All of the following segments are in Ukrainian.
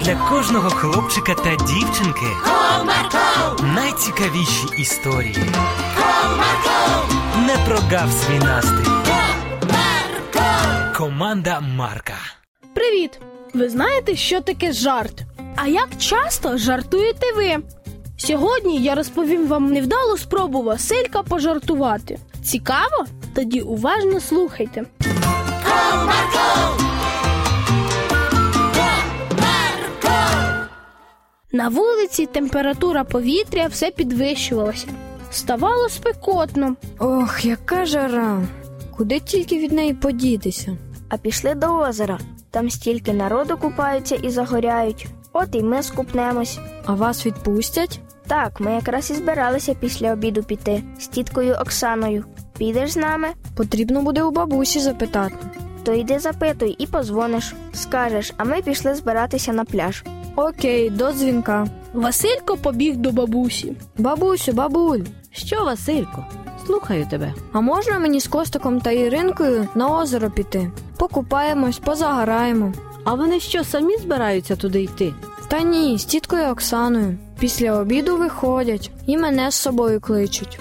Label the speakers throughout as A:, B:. A: для кожного хлопчика та дівчинки
B: Comarco,
A: найцікавіші історії.
B: Comarco,
A: Не прогав свій настрій.
B: Comarco.
A: Команда Марка.
C: Привіт! Ви знаєте, що таке жарт? А як часто жартуєте ви? Сьогодні я розповім вам невдалу спробу Василька пожартувати. Цікаво? Тоді уважно слухайте. На вулиці температура повітря все підвищувалася. Ставало спекотно.
D: Ох, яка жара. Куди тільки від неї подітися?
E: а пішли до озера. Там стільки народу купаються і загоряють. От і ми скупнемось.
D: А вас відпустять?
E: Так, ми якраз і збиралися після обіду піти з тіткою Оксаною. Підеш з нами,
D: Потрібно Ну, буде у бабусі запитати.
E: то йди запитуй і позвониш. Скажеш, а ми пішли збиратися на пляж.
D: Окей, до дзвінка.
C: Василько побіг до бабусі.
D: Бабусю, бабуль,
F: Що, Василько? Слухаю тебе.
D: а можна мені з Костиком та Іринкою на озеро піти? Покупаємось, позагораємо.
F: А вони що, самі збираються туди йти?
D: Та ні, з тіткою Оксаною. Після обіду виходять і мене з собою кличуть.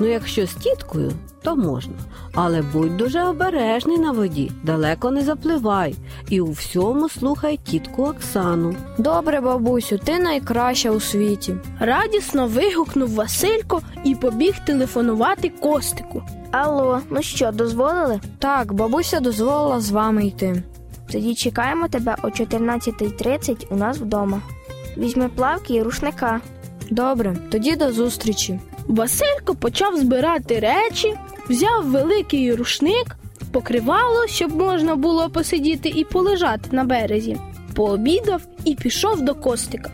F: Ну, якщо з тіткою, то можна. Але будь дуже обережний на воді, далеко не запливай. І у всьому слухай тітку Оксану.
D: Добре, бабусю, ти найкраща у світі.
C: Радісно вигукнув Василько і побіг телефонувати Костику.
E: Алло, ну що, дозволили?
D: Так, бабуся дозволила з вами йти.
E: Тоді чекаємо тебе о 14.30 у нас вдома. Візьми плавки і рушника.
D: Добре, тоді до зустрічі.
C: Василько почав збирати речі, взяв великий рушник, покривало, щоб можна було посидіти і полежати на березі. Пообідав і пішов до костика.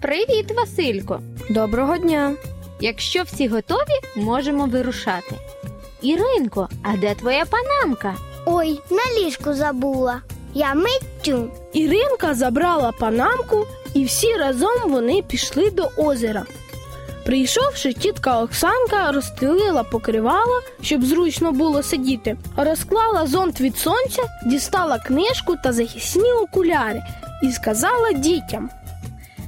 G: Привіт, Василько!
D: Доброго дня.
G: Якщо всі готові, можемо вирушати. Іринко, а де твоя панамка?
H: Ой, на ліжку забула. Я миттю.
C: Іринка забрала панамку, і всі разом вони пішли до озера. Прийшовши, тітка Оксанка розстелила покривало, щоб зручно було сидіти, розклала зонт від сонця, дістала книжку та захисні окуляри і сказала дітям.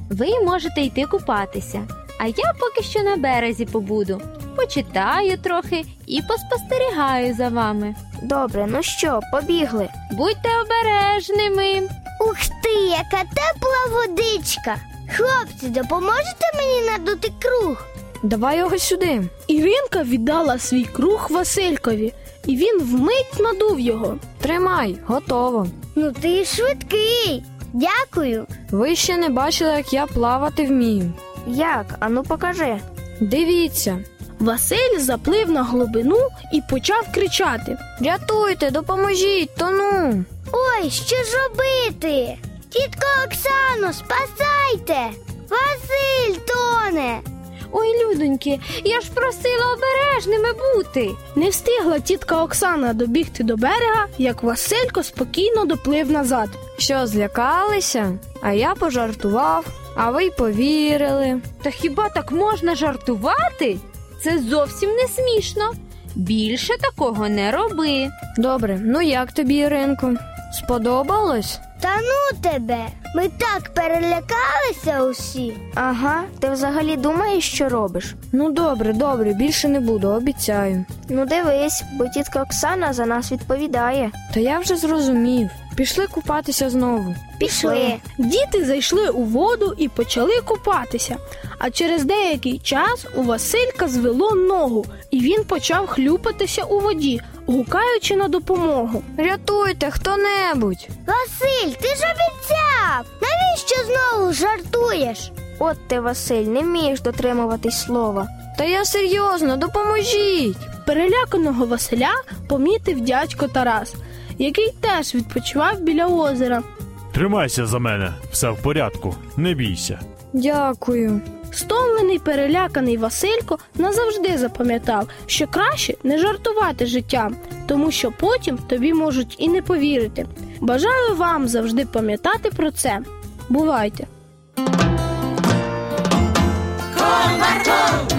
G: Ви можете йти купатися, а я поки що на березі побуду. Почитаю трохи і поспостерігаю за вами.
E: Добре, ну що, побігли.
G: Будьте обережними.
H: Ух ти, яка тепла водичка. Хлопці, допоможете мені надути круг?
D: Давай його сюди.
C: Іринка віддала свій круг Василькові, і він вмить надув його.
D: Тримай, готово.
H: Ну ти швидкий. Дякую.
D: Ви ще не бачили, як я плавати вмію.
E: Як? Ану покажи.
D: Дивіться,
C: Василь заплив на глибину і почав кричати.
D: рятуйте, допоможіть, тону.
H: Ой, що ж робити? Тітко Оксано, спасайте! Василь тоне!
G: Ой, людоньки, я ж просила обережними бути.
C: Не встигла тітка Оксана добігти до берега, як Василько спокійно доплив назад.
D: Що злякалися? А я пожартував, а ви й повірили.
G: Та хіба так можна жартувати? Це зовсім не смішно. Більше такого не роби.
D: Добре, ну як тобі, Іринко? Сподобалось?
H: Та ну тебе! Ми так перелякалися усі.
E: Ага, ти взагалі думаєш, що робиш?
D: Ну добре, добре, більше не буду, обіцяю.
E: Ну дивись, бо тітка Оксана за нас відповідає.
D: Та я вже зрозумів. Пішли купатися знову.
E: Пішли.
C: Діти зайшли у воду і почали купатися. А через деякий час у Василька звело ногу, і він почав хлюпатися у воді, гукаючи на допомогу.
D: Рятуйте хто-небудь.
H: Василь, ти ж обіцяв! Навіщо знову жартуєш?
E: От ти, Василь, не вмієш дотримуватись слова.
D: Та я серйозно, допоможіть.
C: Переляканого Василя помітив дядько Тарас, який теж відпочивав біля озера.
I: Тримайся за мене, все в порядку, не бійся.
D: Дякую.
C: Стомлений, переляканий Василько назавжди запам'ятав, що краще не жартувати життям, тому що потім тобі можуть і не повірити. Бажаю вам завжди пам'ятати про це. Бувайте!
B: Comarco,